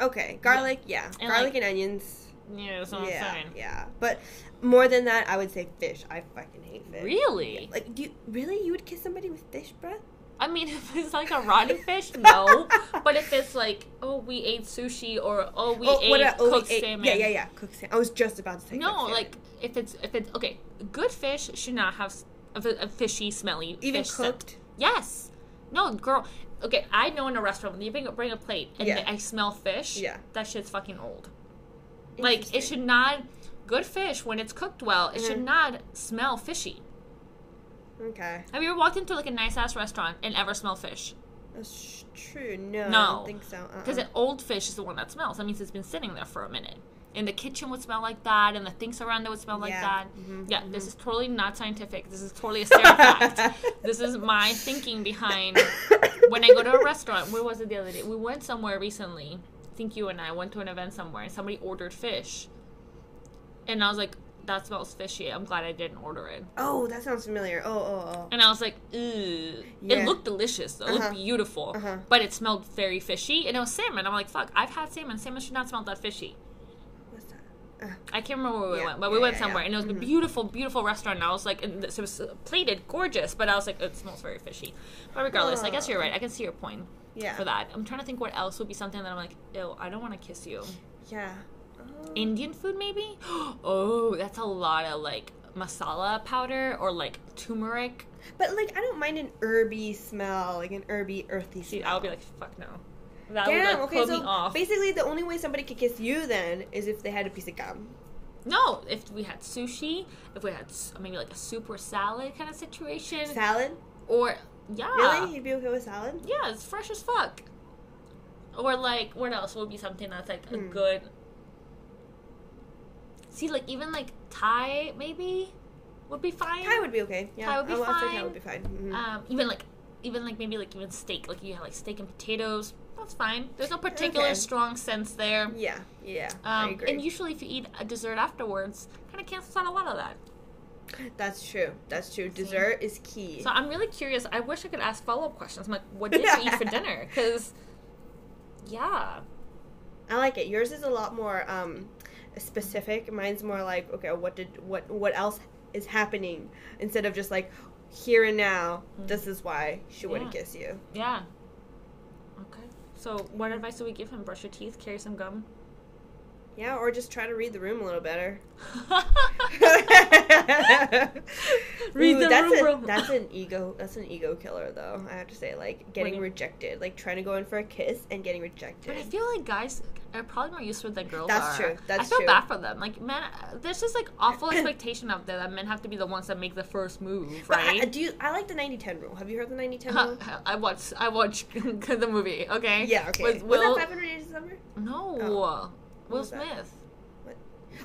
Speaker 1: Okay, garlic, yeah.
Speaker 2: And,
Speaker 1: garlic
Speaker 2: like-
Speaker 1: and onions.
Speaker 2: you know, that's what
Speaker 1: yeah,
Speaker 2: I'm saying.
Speaker 1: yeah. But more than that, I would say fish. I fucking hate fish.
Speaker 2: Really?
Speaker 1: Like, do you really? You would kiss somebody with fish breath?
Speaker 2: I mean, <laughs> if it's like a rotting fish, no. but if it's like, oh, we ate sushi or oh, we ate
Speaker 1: oh,
Speaker 2: cooked
Speaker 1: we ate-
Speaker 2: salmon.
Speaker 1: Yeah, yeah, yeah. Cooked salmon. I was just about to say.
Speaker 2: No,
Speaker 1: cooked salmon.
Speaker 2: like if it's if it's okay, good fish should not have s- a, a fishy, smelly
Speaker 1: even
Speaker 2: fish scent.
Speaker 1: cooked.
Speaker 2: Yes. No, girl. Okay, I know in a restaurant when you bring, bring a plate and
Speaker 1: Yeah.
Speaker 2: I smell fish.
Speaker 1: Yeah.
Speaker 2: That shit's fucking old. Like it
Speaker 1: Interesting.
Speaker 2: should not. Good fish when it's cooked well, it should
Speaker 1: Mhm.
Speaker 2: not smell fishy.
Speaker 1: Okay,
Speaker 2: Have you ever walked into like a nice ass restaurant and ever smelled fish?
Speaker 1: that's true. No, I
Speaker 2: No.
Speaker 1: don't think so.
Speaker 2: Because
Speaker 1: uh-uh.
Speaker 2: an old fish is the one that smells. That means it's been sitting there for a minute. And the kitchen would smell like that, and the things around it would smell like
Speaker 1: Yeah.
Speaker 2: that.
Speaker 1: Mhm,
Speaker 2: Yeah, this is totally not scientific. This is totally a stare
Speaker 1: <laughs>
Speaker 2: fact. This is my thinking behind when I go to a restaurant, where was it the other day? We went somewhere recently. I think you and I went to an event somewhere, and somebody ordered fish, and I was like, "That smells fishy." I'm glad I didn't order it.
Speaker 1: Oh, that sounds familiar. Oh, oh, oh.
Speaker 2: And I was like, "Ew."
Speaker 1: Yeah.
Speaker 2: It looked delicious, though. It
Speaker 1: Uh-huh.
Speaker 2: looked beautiful,
Speaker 1: Uh-huh.
Speaker 2: but it smelled very fishy, and it was salmon. I'm like, "Fuck, I've had salmon. Salmon should not smell that fishy."
Speaker 1: What's that? Uh,
Speaker 2: I can't remember where we
Speaker 1: Yeah.
Speaker 2: went, but we
Speaker 1: Yeah,
Speaker 2: went
Speaker 1: yeah,
Speaker 2: somewhere,
Speaker 1: yeah. Mm-hmm.
Speaker 2: and it was a beautiful, beautiful restaurant. And I was like, and this- it was uh, plated, gorgeous, but I was like, it smells very fishy. But regardless, I guess you're right. I can see your point
Speaker 1: yeah.
Speaker 2: for that. I'm trying to think what else would be something that I'm like, ew, I don't want to kiss you.
Speaker 1: Yeah. Oh.
Speaker 2: Indian food, maybe? <gasps> oh, that's a lot of like masala powder or like turmeric.
Speaker 1: But like, I don't mind an herby smell, like an herby, earthy
Speaker 2: See,
Speaker 1: smell.
Speaker 2: I would be like, fuck no. That
Speaker 1: Damn.
Speaker 2: would like
Speaker 1: okay,
Speaker 2: put me
Speaker 1: so
Speaker 2: off.
Speaker 1: basically, the only way somebody could kiss you then is if they had a piece of gum.
Speaker 2: No, if we had sushi, if we had s- maybe like a soup or salad kind of situation,
Speaker 1: Salad?
Speaker 2: or yeah,
Speaker 1: Really? You'd be okay with salad?
Speaker 2: yeah, it's fresh as fuck. Or like, what else would be something that's like a
Speaker 1: Hmm.
Speaker 2: good? See, like even like Thai maybe would be fine.
Speaker 1: Thai would be okay. Yeah,
Speaker 2: Thai would be
Speaker 1: I also think
Speaker 2: fine.
Speaker 1: Thai would be fine. Mhm.
Speaker 2: Um, even like, even like maybe like even steak. Like you have like steak and potatoes. That's fine. There's no particular
Speaker 1: Okay.
Speaker 2: strong sense there.
Speaker 1: yeah, yeah, I
Speaker 2: Um,
Speaker 1: agree.
Speaker 2: and usually, if you eat a dessert afterwards, kind of cancels out a lot of that.
Speaker 1: That's true. That's true. Dessert is key.
Speaker 2: So I'm really curious. I wish I could ask follow up questions. I'm like, what did you
Speaker 1: <laughs>
Speaker 2: eat for dinner? Because, yeah,
Speaker 1: I like it. Yours is a lot more um, specific. Mine's more like, okay, what did what what else is happening instead of just like here and now. This is why she wouldn't
Speaker 2: Mm. Yeah.
Speaker 1: kiss you.
Speaker 2: yeah. Okay. So what advice do we give him? Brush your teeth, carry
Speaker 1: <laughs>
Speaker 2: some gum.
Speaker 1: Yeah, or just try to read the room a little
Speaker 2: <laughs>
Speaker 1: better.
Speaker 2: Read
Speaker 1: Ooh,
Speaker 2: the
Speaker 1: that's
Speaker 2: room,
Speaker 1: a-
Speaker 2: bro.
Speaker 1: that's an ego. That's an ego killer, though. I have to say, like getting
Speaker 2: you-
Speaker 1: rejected, like trying to go in for a kiss and getting rejected.
Speaker 2: <laughs> But I feel like guys are probably more useful than girls
Speaker 1: That's
Speaker 2: are.
Speaker 1: true. That's
Speaker 2: I feel
Speaker 1: true.
Speaker 2: bad for them. Like, men, there's this like
Speaker 1: <coughs>
Speaker 2: awful expectation out there that men have to be the ones that make the first move,
Speaker 1: But I,
Speaker 2: right?
Speaker 1: do you? I like the 90-10 rule. Have you heard the 90-10 rule?
Speaker 2: <laughs> I watched I watched <laughs> the movie. Okay.
Speaker 1: Yeah. Okay.
Speaker 2: With
Speaker 1: was
Speaker 2: Will,
Speaker 1: that 500 Days of Summer?
Speaker 2: no,
Speaker 1: Oh.
Speaker 2: Will
Speaker 1: was that?
Speaker 2: Smith.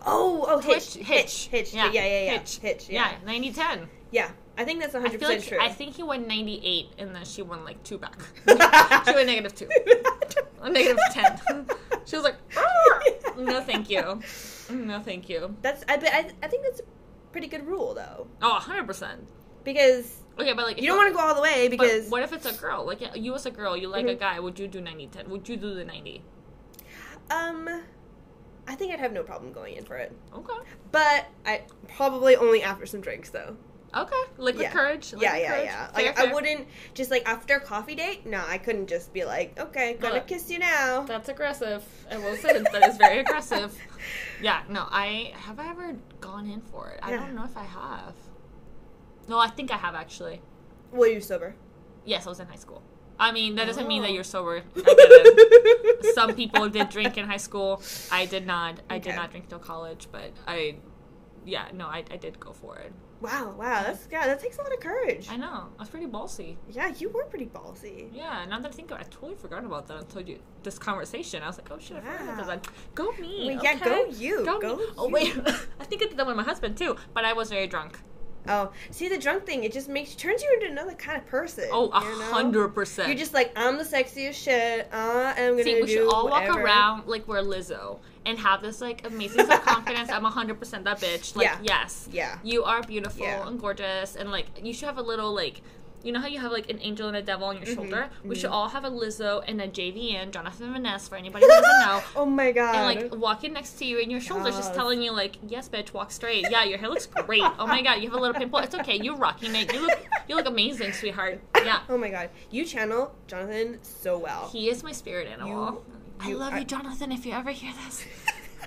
Speaker 1: Oh, oh, Hitch,
Speaker 2: Twitch-
Speaker 1: Hitch, Hitch. Yeah, yeah, yeah, yeah. Hitch.
Speaker 2: Hitch.
Speaker 1: yeah.
Speaker 2: Yeah, 90 10.
Speaker 1: Yeah, I think that's
Speaker 2: I
Speaker 1: 100
Speaker 2: feel
Speaker 1: percent
Speaker 2: like
Speaker 1: true.
Speaker 2: I think he won 98 and then she won like
Speaker 1: <laughs>
Speaker 2: two back. <laughs> she won negative two. A negative 10. <laughs> She was like, "Ah, no, thank you. Mm, No, thank you.
Speaker 1: That's I, but I, I think that's a pretty good rule though
Speaker 2: Oh, 100%.
Speaker 1: because
Speaker 2: Okay, but like,
Speaker 1: you don't want to go all the way
Speaker 2: but
Speaker 1: because
Speaker 2: what if it's a girl? Like, yeah, you as a girl, you like a
Speaker 1: Mhm.
Speaker 2: guy, would you do 90 10? Would you do the 90?
Speaker 1: um, I think I'd have no problem going in for it,
Speaker 2: Okay.
Speaker 1: but I probably only after some drinks though.
Speaker 2: Okay. Liquid
Speaker 1: Yeah.
Speaker 2: courage. Liquid
Speaker 1: yeah, yeah,
Speaker 2: courage.
Speaker 1: yeah.
Speaker 2: Fair,
Speaker 1: Like I
Speaker 2: fair.
Speaker 1: wouldn't just like after a coffee date. No, I couldn't just be like, okay, gonna
Speaker 2: Look.
Speaker 1: kiss you now.
Speaker 2: That's aggressive. I will say that, that is very aggressive.
Speaker 1: <laughs>
Speaker 2: Yeah, no, I have I ever gone in for it. I
Speaker 1: Yeah.
Speaker 2: don't know if I have. No, I think I have actually.
Speaker 1: Well, you sober.
Speaker 2: Yes, I was in high school. I mean, that doesn't mean that
Speaker 1: Oh.
Speaker 2: you're sober. I get it.
Speaker 1: <laughs>
Speaker 2: Some people did drink in high school. I did not. I did
Speaker 1: Okay.
Speaker 2: not drink till college, but I, yeah, no, I, I did go for it.
Speaker 1: Wow, wow, that's yeah, that takes a lot of courage.
Speaker 2: I know. I was pretty ballsy.
Speaker 1: Yeah, you were pretty ballsy.
Speaker 2: Yeah, now that I think of it, I totally forgot about that until you this conversation. I was like, oh shit, I forgot about
Speaker 1: Wow.
Speaker 2: that. Go me.
Speaker 1: Well, yeah,
Speaker 2: okay?
Speaker 1: go you,
Speaker 2: Go,
Speaker 1: go
Speaker 2: me. Oh
Speaker 1: you.
Speaker 2: wait, <laughs> I think I did that with my husband too, but I was very drunk.
Speaker 1: Oh, see the drunk thing, it just makes turns you into another kind of person.
Speaker 2: Oh, a
Speaker 1: Uh, you know?
Speaker 2: hundred percent.
Speaker 1: You're just like I'm the sexiest shit. Uh, I'm gonna
Speaker 2: See,
Speaker 1: do
Speaker 2: we should all walk
Speaker 1: whatever.
Speaker 2: around like we're Lizzo and have this like amazing self confidence. I'm hundred percent that bitch. Like
Speaker 1: Yeah.
Speaker 2: yes,
Speaker 1: Yeah,
Speaker 2: you are beautiful
Speaker 1: Yeah.
Speaker 2: and gorgeous, and like you should have a little like. You know how you have like an angel and a devil on
Speaker 1: Mm-hmm.
Speaker 2: your shoulder? We should all have a Lizzo and a JVN, Jonathan Vanessa, for anybody who doesn't know.
Speaker 1: <laughs> oh my god.
Speaker 2: and like walking next to you and your shoulders just
Speaker 1: Yes.
Speaker 2: telling you like yes bitch walk straight yeah your hair looks great oh my god you have a little pimple it's okay you're rocking it you look you look amazing sweetheart yeah
Speaker 1: <laughs> oh my god, you channel Jonathan so well. <laughs>
Speaker 2: he is my spirit animal i
Speaker 1: you
Speaker 2: love
Speaker 1: are-
Speaker 2: you jonathan if you ever hear this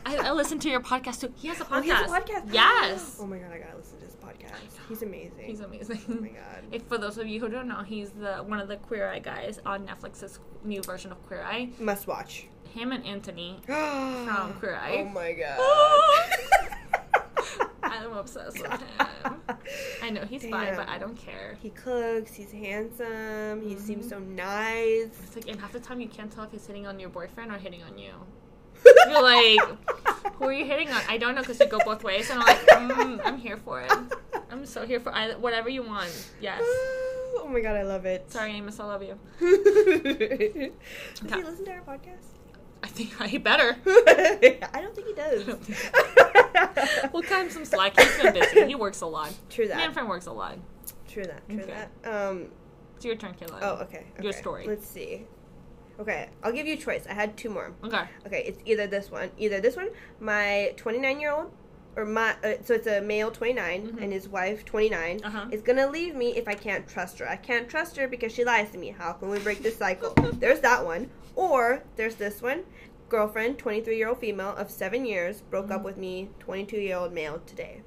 Speaker 2: I, I listen to your podcast too he has a podcast,
Speaker 1: Oh, he has a podcast.
Speaker 2: yes
Speaker 1: <gasps> Oh my god, I gotta listen to his podcast. He's amazing.
Speaker 2: he's amazing
Speaker 1: oh my god.
Speaker 2: if for those of you who don't know he's the one of the queer eye guys on netflix's new version of queer eye
Speaker 1: Must watch.
Speaker 2: him and
Speaker 1: <laughs>
Speaker 2: anthony
Speaker 1: <gasps> From
Speaker 2: Queer
Speaker 1: Oh
Speaker 2: Eye.
Speaker 1: my
Speaker 2: <laughs>
Speaker 1: <laughs> god.
Speaker 2: i'm obsessed with him i know he's fine,
Speaker 1: Damn.
Speaker 2: but i don't Mm-hmm. care
Speaker 1: He cooks. He's handsome. He seems so nice.
Speaker 2: It's like, and half the time you can't tell if he's hitting on your boyfriend or hitting on you.
Speaker 1: <laughs>
Speaker 2: You're like, who are you hitting on? I don't know because you go both ways, and I'm like, mm, I'm here
Speaker 1: <laughs>
Speaker 2: for it. I'm so here for I, whatever you want. Yes.
Speaker 1: Oh my god, I love it. <laughs>
Speaker 2: Sorry, Amos, I love you.
Speaker 1: does
Speaker 2: Okay.
Speaker 1: he listen to our podcast?
Speaker 2: <laughs>
Speaker 1: <laughs>
Speaker 2: I think I better.
Speaker 1: I don't think he does.
Speaker 2: <laughs> We'll cut him some slack. He's been busy. He works a lot.
Speaker 1: True that.
Speaker 2: Manfred works a lot.
Speaker 1: True that. True
Speaker 2: Okay.
Speaker 1: that. Um.
Speaker 2: It's your turn, Kayla.
Speaker 1: Oh, okay.
Speaker 2: Your
Speaker 1: okay.
Speaker 2: story.
Speaker 1: Let's see. Okay, I'll give you a choice. I had two more.
Speaker 2: Okay.
Speaker 1: Okay, it's either this one, either this one, my 29 year old, or my, uh, so it's a male 29
Speaker 2: Mhm.
Speaker 1: and his wife 29
Speaker 2: Uh-huh.
Speaker 1: is gonna leave me if I can't trust her. I can't trust her because she lies to me. How can we break this
Speaker 2: <laughs>
Speaker 1: cycle? there's that one. Or there's this one girlfriend, 23 year old female
Speaker 2: Mm-hmm.
Speaker 1: of seven years, broke up with me, 22 year old male today.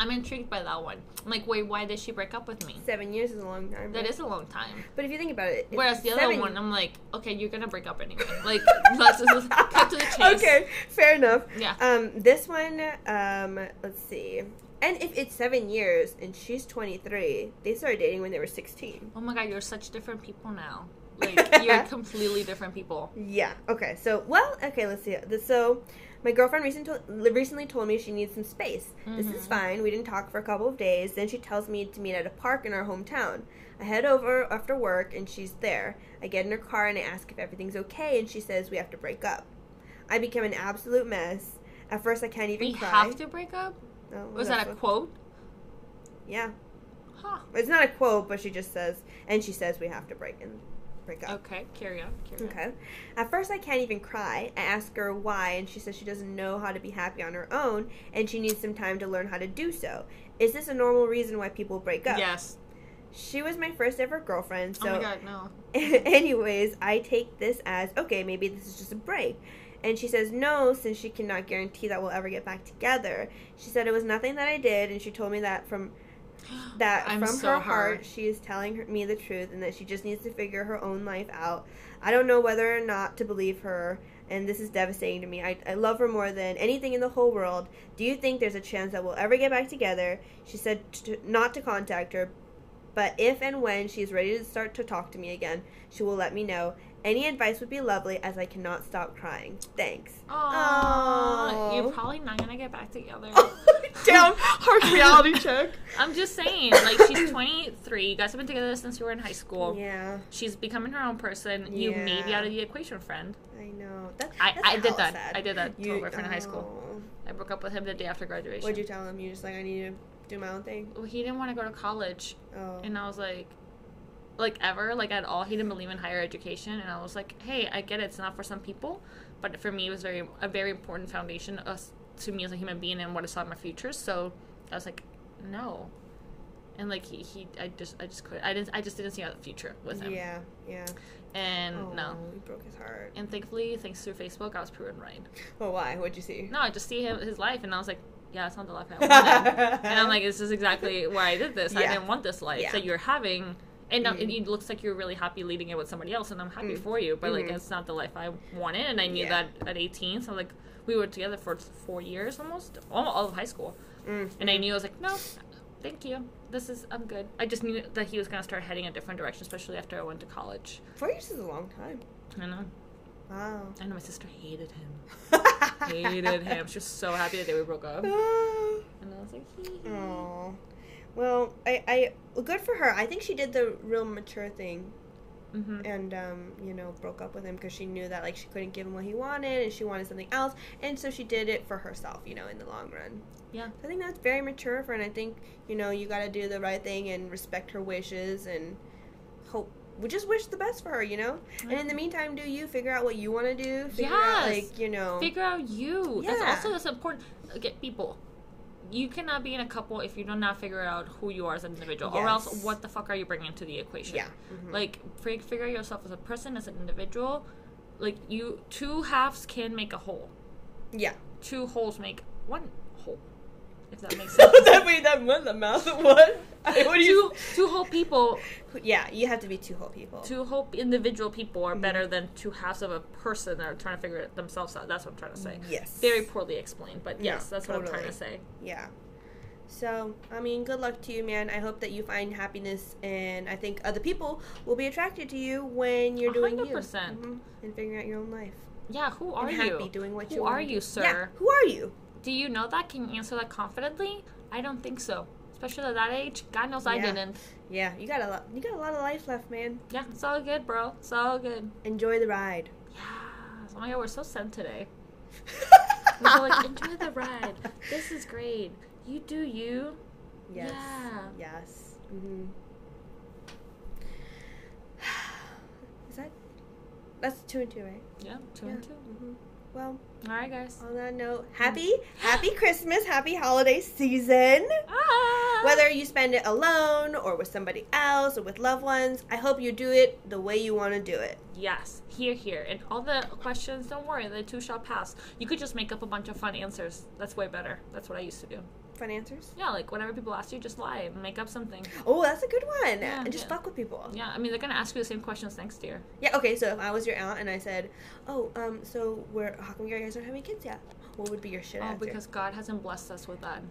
Speaker 2: I'm intrigued by that one. I'm like, wait, why did she break up with me?
Speaker 1: Seven years is a long time.
Speaker 2: That
Speaker 1: but-
Speaker 2: is a long time.
Speaker 1: But if you think about it, it's
Speaker 2: Whereas the other
Speaker 1: seven-
Speaker 2: one, I'm like, okay, you're gonna break
Speaker 1: <laughs>
Speaker 2: up anyway. Like, let's, let's cut to the chase.
Speaker 1: Okay, fair enough.
Speaker 2: Yeah.
Speaker 1: Um, this one, um, let's see. And if it's seven years and she's 23, they started dating when they were 16.
Speaker 2: Oh my god, you're such different
Speaker 1: <laughs>
Speaker 2: people now. Like, you're completely different people.
Speaker 1: Yeah. Okay. So, well, okay. Let's see. This- So, my girlfriend recent to- recently told me she needs some space. This is
Speaker 2: Mm-hmm.
Speaker 1: fine. We didn't talk for a couple of days. Then she tells me to meet at a park in our hometown. I head over after work, and she's there. I get in her car and I ask if everything's okay, and she says we have to break up. I become an absolute mess. At first, I can't even
Speaker 2: We
Speaker 1: cry.
Speaker 2: have to break up?
Speaker 1: Oh,
Speaker 2: Was
Speaker 1: that's
Speaker 2: that a
Speaker 1: what-
Speaker 2: quote?
Speaker 1: Yeah.
Speaker 2: Huh.
Speaker 1: It's not a quote, but she just says, and she says we have to break and break up.
Speaker 2: Okay, carry on. Carry on.
Speaker 1: Okay. At first, I can't even cry. I ask her why, and she says she doesn't know how to be happy on her own, and she needs some time to learn how to do so. Is this a normal reason why people break up?
Speaker 2: Yes.
Speaker 1: She was my first ever girlfriend, so
Speaker 2: oh my god, no.
Speaker 1: <laughs> Anyways, I take this as okay, maybe this is just a break. And she says no, since she cannot guarantee that we'll ever get back together. She said it was nothing that I did, and she told me that
Speaker 2: <gasps>
Speaker 1: from that
Speaker 2: I'm
Speaker 1: from
Speaker 2: so
Speaker 1: her
Speaker 2: hard.
Speaker 1: heart, she is telling her, me the truth, and that she just needs to figure her own life out. I don't know whether or not to believe her, and this is devastating to me. I, I love her more than anything in the whole world. Do you think there's a chance that we'll ever get back together? She said t- to- not to contact her, but if and when she is ready to start to talk to me again, she will let me know. Any advice would be lovely, as I cannot stop crying. <laughs> Thanks.
Speaker 2: Aww.
Speaker 1: Aw.
Speaker 2: You're probably not gonna get back
Speaker 1: <laughs>
Speaker 2: together.
Speaker 1: Damn, hard reality
Speaker 2: <laughs>
Speaker 1: check.
Speaker 2: I'm just saying, like, she's 23. You guys have been together since you were in high school.
Speaker 1: Yeah,
Speaker 2: She's becoming her own person. You may be
Speaker 1: Yeah.
Speaker 2: out of the equation, friend.
Speaker 1: I know. That,
Speaker 2: I-
Speaker 1: that's
Speaker 2: I did
Speaker 1: hella
Speaker 2: that.
Speaker 1: sad.
Speaker 2: I did that to a friend in high school.
Speaker 1: Aw.
Speaker 2: I broke up with him the day after graduation.
Speaker 1: What'd you tell him? You just like I need to do my own thing.
Speaker 2: Well, he didn't want to go to college,
Speaker 1: Oh,
Speaker 2: and I was like, like ever, like at all. He didn't believe in higher education, and I was like, hey, I get it. It's not for some people, but for me, it was very a very important foundation us to me as a human being and what I saw in my future. So I was like, no, and like he, he I just I just could I didn't I just didn't see a future with him,
Speaker 1: yeah, Oh. yeah.
Speaker 2: and no.
Speaker 1: Aw, you broke his heart.
Speaker 2: And thankfully, thanks to Facebook, I was proven right.
Speaker 1: Well, why? What'd you see?
Speaker 2: No, I just see him, his life, and I was like, yeah, it's not the life
Speaker 1: <laughs>
Speaker 2: I wanted. and I'm like, this is exactly why I did this. I
Speaker 1: Yeah.
Speaker 2: didn't want this life
Speaker 1: Yeah. Mm-hmm.
Speaker 2: that you're having. And now it looks like you're really happy leading it with somebody else, and I'm happy for you. But like,
Speaker 1: Mhm.
Speaker 2: it's not the life I wanted, and I knew
Speaker 1: Yeah.
Speaker 2: that at 18. So like, we were together for four years almost, all, all of high school,
Speaker 1: Mm.
Speaker 2: and I knew I was like, no, thank you. This is I'm good. I just knew that he was gonna start heading a different direction, especially after I went to college.
Speaker 1: four years is a long time.
Speaker 2: I know.
Speaker 1: Wow.
Speaker 2: I know my sister
Speaker 1: <laughs>
Speaker 2: hated him, hated him. She was so happy the day we broke up,
Speaker 1: Ah.
Speaker 2: and I was like, "Hee hee."
Speaker 1: Oh, well, I, I, well, good for her. I think she did the real mature thing,
Speaker 2: Mhm.
Speaker 1: and um, you know, broke up with him because she knew that like she couldn't give him what he wanted, and she wanted something else, and so she did it for herself, you know, in the long run.
Speaker 2: Yeah.
Speaker 1: I think that's very mature of her, and I think you know you got to do the right thing and respect her wishes and hope. We just wish the best for her, you know. And in the meantime, do you figure out what you want to do? Figure out,
Speaker 2: Yes.
Speaker 1: like you know.
Speaker 2: Figure out you.
Speaker 1: Yeah.
Speaker 2: That's also that's important. Get people. You cannot be in a couple if you do not figure out who you are as an individual, or else
Speaker 1: Yes.
Speaker 2: what the fuck are you bringing to the equation?
Speaker 1: Yeah. Mhm.
Speaker 2: Like fig- figure yourself as a person, as an individual. Like you, two halves can make a whole.
Speaker 1: yeah.
Speaker 2: Two holes make one whole. If
Speaker 1: <laughs>
Speaker 2: that makes sense.
Speaker 1: that made that month the mouth what? <laughs> What do you?
Speaker 2: two two whole people,
Speaker 1: Yeah, you have to be two whole people.
Speaker 2: two whole individual people
Speaker 1: Mm-hmm.
Speaker 2: are better than two halves of a person that are trying to figure themselves out. That's what I'm trying to say.
Speaker 1: Yes.
Speaker 2: Very poorly explained, but
Speaker 1: Yeah,
Speaker 2: yes, that's what I'm trying
Speaker 1: totally.
Speaker 2: to say.
Speaker 1: Yeah. So, I mean, good luck to you, man. I hope that you find happiness, and I think other people will be attracted to you when you're doing you
Speaker 2: 100%.
Speaker 1: Mhm. and figuring out your own life.
Speaker 2: Yeah, who are
Speaker 1: and
Speaker 2: you?
Speaker 1: happy doing what
Speaker 2: who
Speaker 1: you
Speaker 2: are
Speaker 1: wanna
Speaker 2: you,
Speaker 1: do.
Speaker 2: sir?
Speaker 1: Yeah. Who are you?
Speaker 2: Do you know that? Can you answer that confidently? I don't think so. Especially at that age, God knows I
Speaker 1: Yeah.
Speaker 2: didn't.
Speaker 1: Yeah, you got a lot. You got a lot of life left, man.
Speaker 2: Yeah, it's all good, bro. It's all good.
Speaker 1: Enjoy the ride.
Speaker 2: <laughs> Yeah. Oh my god, we're so sent today. We're like, enjoy the ride. This
Speaker 1: <laughs>
Speaker 2: is great. You do you.
Speaker 1: Yes.
Speaker 2: Yeah.
Speaker 1: Yes. hmm <sighs> Is that? That's two and two, right?
Speaker 2: Yeah, two and two.
Speaker 1: hmm Well,
Speaker 2: All right, guys.
Speaker 1: on that note, happy, happy Christmas, happy holiday season.
Speaker 2: Ah!
Speaker 1: Whether you spend it alone or with somebody else or with loved ones, I hope you do it the way you want to do it.
Speaker 2: Yes, here, here. And all the questions, don't worry, the two shall pass. You could just make up a bunch of fun answers. That's way better. That's what I used to do.
Speaker 1: Fun answers.
Speaker 2: Yeah, like whenever people ask you, just lie and make up something.
Speaker 1: Oh, that's a good one.
Speaker 2: Yeah,
Speaker 1: and just
Speaker 2: yeah.
Speaker 1: fuck with people.
Speaker 2: Yeah, I mean, they're gonna ask you the same questions next year.
Speaker 1: Yeah, okay, so if I was your aunt and I said, Oh, um, so where how come you guys aren't having kids yet? What would be your shit
Speaker 2: Oh,
Speaker 1: answer?
Speaker 2: because God hasn't blessed us with that.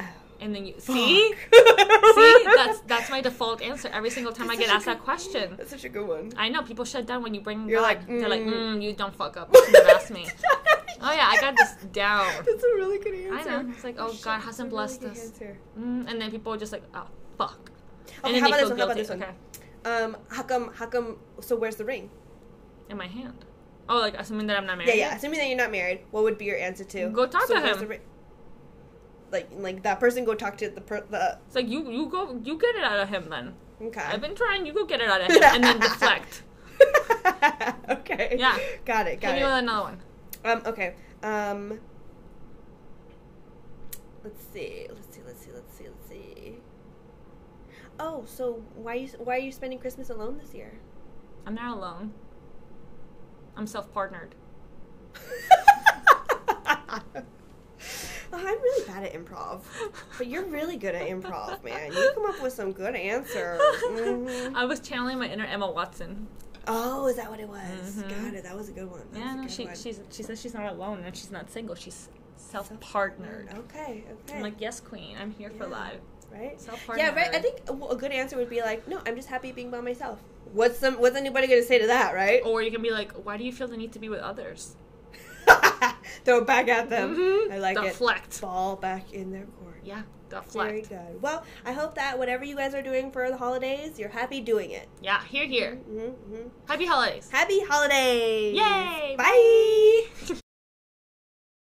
Speaker 1: Oh,
Speaker 2: And then you
Speaker 1: fuck. <laughs>
Speaker 2: see, see, that's that's my default answer every single time I
Speaker 1: That's
Speaker 2: get
Speaker 1: such a
Speaker 2: asked that
Speaker 1: good-
Speaker 2: question.
Speaker 1: That's such a good one.
Speaker 2: I know people shut down when you bring.
Speaker 1: You're
Speaker 2: God.
Speaker 1: like,
Speaker 2: they're like,
Speaker 1: mm.
Speaker 2: mm, you don't fuck up. Don't
Speaker 1: <laughs>
Speaker 2: ask me. Oh, yeah, I got this down.
Speaker 1: That's a really good answer.
Speaker 2: know. It's like, oh,
Speaker 1: Shit,
Speaker 2: God
Speaker 1: that's a
Speaker 2: hasn't
Speaker 1: really
Speaker 2: blessed
Speaker 1: good
Speaker 2: us.
Speaker 1: answer.
Speaker 2: Mm, and then people are just like, oh, fuck.
Speaker 1: Okay,
Speaker 2: and then
Speaker 1: how
Speaker 2: they
Speaker 1: about this
Speaker 2: feel
Speaker 1: one? How about
Speaker 2: guilty.
Speaker 1: this one?
Speaker 2: Okay,
Speaker 1: Um, how come? How come? So where's the ring?
Speaker 2: in my hand. Oh, like assuming that I'm not married.
Speaker 1: Yeah, yeah. Assuming that you're not married, what would be your answer to?
Speaker 2: Go talk
Speaker 1: so
Speaker 2: to
Speaker 1: where's
Speaker 2: him."
Speaker 1: the ring? Like, like that person. Go talk to the per- the.
Speaker 2: It's like you, you go, you get it out of him. Then
Speaker 1: Okay.
Speaker 2: I've been trying. You go get it out of him, and then deflect.
Speaker 1: <laughs> okay.
Speaker 2: Yeah.
Speaker 1: Got it. Got
Speaker 2: Can
Speaker 1: it.
Speaker 2: you another one?
Speaker 1: Um, okay. Um, let's see. Let's see. Let's see. Let's see. Let's see. Oh, so why you why are you spending Christmas alone this
Speaker 2: <laughs>
Speaker 1: year?
Speaker 2: I'm not alone. I'm self-partnered.
Speaker 1: I'm really bad at improv, but
Speaker 2: <laughs>
Speaker 1: you're really good at improv, man. You come up with some good answers.
Speaker 2: <laughs>
Speaker 1: Mhm.
Speaker 2: I was channeling my inner Emma Watson.
Speaker 1: Oh, is that what it was?
Speaker 2: Mhm.
Speaker 1: Got it. That was a good one. That
Speaker 2: Yeah,
Speaker 1: was a
Speaker 2: no,
Speaker 1: good
Speaker 2: she
Speaker 1: one.
Speaker 2: she's, she says she's not alone and she's not single. She's self-partnered.
Speaker 1: Okay. Okay.
Speaker 2: I'm like, yes, queen, I'm here for
Speaker 1: Yeah.
Speaker 2: life.
Speaker 1: right?
Speaker 2: Self-partnered.
Speaker 1: Yeah, right. I think a, a good answer would be like, no, I'm just happy being by myself. What's some? What's anybody gonna say to that, right?
Speaker 2: Or you can be like, why do you feel the need to be with others?
Speaker 1: <laughs> Throw it back at them.
Speaker 2: Mhm.
Speaker 1: I like it.
Speaker 2: Deflect.
Speaker 1: Ball back in their court.
Speaker 2: Yeah,
Speaker 1: Very
Speaker 2: deflect.
Speaker 1: good. Well, I hope that whatever you guys are doing for the holidays, you're happy doing it.
Speaker 2: Yeah, here, here.
Speaker 1: hmm
Speaker 2: Happy holidays.
Speaker 1: Happy holidays!
Speaker 2: Yay!
Speaker 1: Bye.